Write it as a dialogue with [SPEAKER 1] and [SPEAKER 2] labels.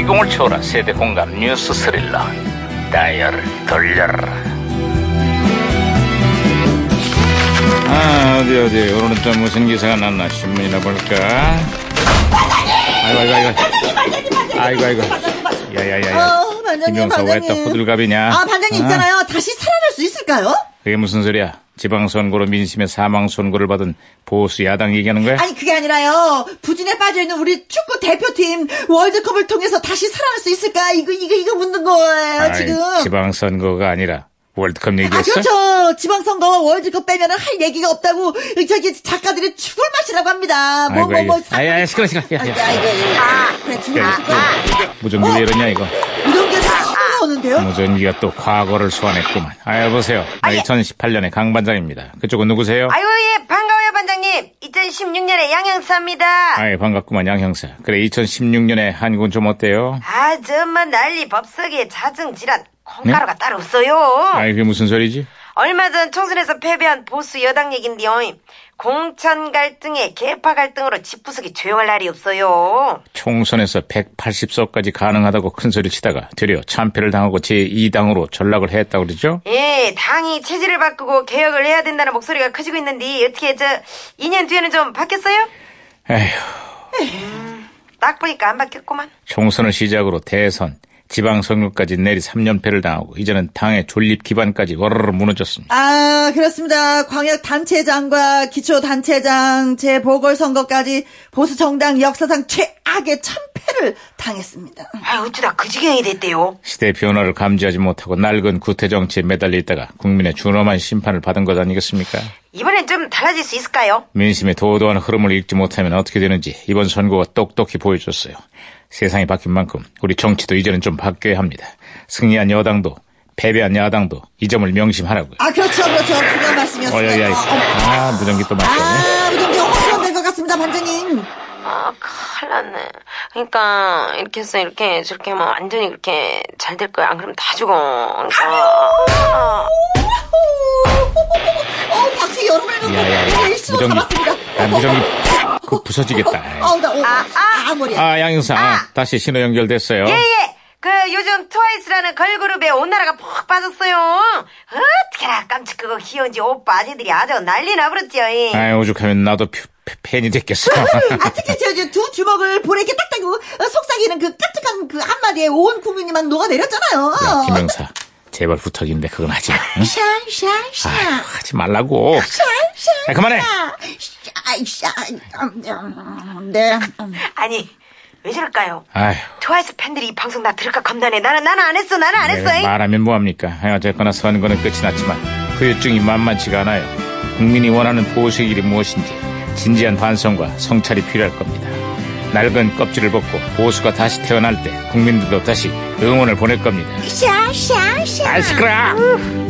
[SPEAKER 1] 열정을 초월한 세대 공감 뉴스 스릴러 다이얼 돌려라 아 어디 어디 오늘은 또 무슨 기사가 났나 신문이나 볼까 아이고 아이고 아이고 아이고 아이고 야야야야
[SPEAKER 2] 어, 반장님,
[SPEAKER 1] 김영사
[SPEAKER 2] 반장님.
[SPEAKER 1] 왜또 호들갑이냐
[SPEAKER 2] 아, 반장님
[SPEAKER 1] 아,
[SPEAKER 2] 있잖아요. 다시 살아날 수 있을까요?
[SPEAKER 1] 그게 무슨 소리야 지방선거로 민심의 사망선고를 받은 보수 야당 얘기하는 거야
[SPEAKER 2] 아니, 그게 아니라요. 부진에 빠져있는 우리 축구 대표팀 월드컵을 통해서 다시 살아날 수 있을까? 이거, 이거, 이거 묻는 거예요,
[SPEAKER 1] 아이,
[SPEAKER 2] 지금.
[SPEAKER 1] 지방선거가 아니라 월드컵 얘기했어
[SPEAKER 2] 아, 그렇죠. 지방선거와 월드컵 빼면은 할 얘기가 없다고, 저기, 작가들이 죽을 맛이라고 합니다. 뭐,
[SPEAKER 1] 아이고,
[SPEAKER 2] 뭐, 뭐.
[SPEAKER 1] 아이고. 아이, 아이, 시끄러, 시끄러. 야,
[SPEAKER 2] 아이고,
[SPEAKER 1] 야.
[SPEAKER 2] 아이고, 아이고. 아. 그래, 죽을 맛.
[SPEAKER 1] 무전기 왜 이러냐, 이거.
[SPEAKER 2] 이런 게 사고 오는데요?
[SPEAKER 1] 무전기가 또 과거를 소환했구만. 아, 여보세요. 나 2018년의 강반장입니다. 그쪽은 누구세요?
[SPEAKER 3] 아유, 예, 반가워요, 반장님. 2016년에 양형사입니다.
[SPEAKER 1] 아이, 반갑구만, 양 형사. 그래, 2016년에 한국은 좀 어때요?
[SPEAKER 3] 아, 정말 난리 법석에 자증질환. 콩가루가 따로 없어요.
[SPEAKER 1] 네? 아이, 그게 무슨 소리지?
[SPEAKER 3] 얼마 전 총선에서 패배한 보수 여당 얘긴데요. 공천 갈등에 개파 갈등으로 집부석이 조용할 날이 없어요.
[SPEAKER 1] 총선에서 180석까지 가능하다고 큰 소리 치다가 드디어 참패를 당하고 제2당으로 전락을 했다고 그러죠?
[SPEAKER 3] 예, 당이 체질을 바꾸고 개혁을 해야 된다는 목소리가 커지고 있는데 어떻게 저 2년 뒤에는 좀 바뀌었어요?
[SPEAKER 1] 에휴.
[SPEAKER 3] 딱 보니까 안 바뀌었구만.
[SPEAKER 1] 총선을 시작으로 대선, 지방선거까지 내리 3연패를 당하고 이제는 당의 존립 기반까지 워르르 무너졌습니다.
[SPEAKER 2] 아, 그렇습니다. 광역단체장과 기초단체장, 재보궐선거까지 보수정당 역사상 최악의 참패를 당했습니다.
[SPEAKER 3] 아, 어쩌다 그 지경이 됐대요.
[SPEAKER 1] 시대 변화를 감지하지 못하고 낡은 구태 정치에 매달려 있다가 국민의 준엄한 심판을 받은 것 아니겠습니까?
[SPEAKER 3] 이번엔 좀 달라질 수 있을까요?
[SPEAKER 1] 민심의 도도한 흐름을 읽지 못하면 어떻게 되는지 이번 선거가 똑똑히 보여줬어요. 세상이 바뀐 만큼 우리 정치도 이제는 좀 바뀌어야 합니다. 승리한 여당도 패배한 야당도 이 점을 명심하라고요.
[SPEAKER 2] 아, 그렇죠, 그렇죠. 그런 말씀이었습니다.
[SPEAKER 1] 어여야,
[SPEAKER 2] 어,
[SPEAKER 1] 아 무전기 또 맞네.
[SPEAKER 2] 아, 무전기 허전된 것 같습니다, 반장님.
[SPEAKER 3] 아, 큰일 났네. 그러니까, 이렇게 해서 이렇게, 저렇게 하면 완전히 그렇게 잘 될 거야. 안 그러면 다 죽어. 그러니까.
[SPEAKER 2] 어, 박수 여러 번
[SPEAKER 1] 야, 야, 야.
[SPEAKER 2] 아, 네, 해놓고 일시로
[SPEAKER 1] 무전기.
[SPEAKER 2] 잡았습니다.
[SPEAKER 1] 야, 무전기. 그 부서지겠다.
[SPEAKER 2] 어, 나, 어, 아, 아, 머리야.
[SPEAKER 1] 아, 양형사. 다시 신호 연결됐어요.
[SPEAKER 3] 예, 예. 그, 요즘 트와이스라는 걸그룹에 온 나라가 푹 빠졌어요. 어떻게나 깜찍하고 귀여운지 오빠 아재들이 아주 난리 나버렸죠. 예.
[SPEAKER 1] 아, 오죽하면 나도 퓨- 팬- 팬이 됐겠어.
[SPEAKER 2] 아, 특히 저, 저, 두 주먹을 보내게 딱 따고 어, 속삭이는 그 깜찍한 그 한마디에 온 국민이 막 녹아내렸잖아요.
[SPEAKER 1] 김영사. 제발 부탁인데 그건 하지 마. 응?
[SPEAKER 2] 샤샤샤.
[SPEAKER 1] 아유, 하지 말라고.
[SPEAKER 2] 샤샤.
[SPEAKER 1] 야, 그만해.
[SPEAKER 2] 샤샤. 음, 음, 네. 음.
[SPEAKER 3] 아니, 왜 저럴까요?
[SPEAKER 1] 아휴.
[SPEAKER 3] 트와이스 팬들이 이 방송 나 들을까 겁나네. 나는, 나는 안 했어. 나는 안 했어.
[SPEAKER 1] 내가
[SPEAKER 3] 예.
[SPEAKER 1] 말하면 뭐합니까? 아, 어쨌거나 선거는 끝이 났지만 후유증이 만만치가 않아요. 국민이 원하는 보수의 길이 무엇인지 진지한 반성과 성찰이 필요할 겁니다. 낡은 껍질을 벗고 보수가 다시 태어날 때 국민들도 다시 응원을 보낼 겁니다.
[SPEAKER 2] 샤샤샤.
[SPEAKER 1] 아, 시끄러!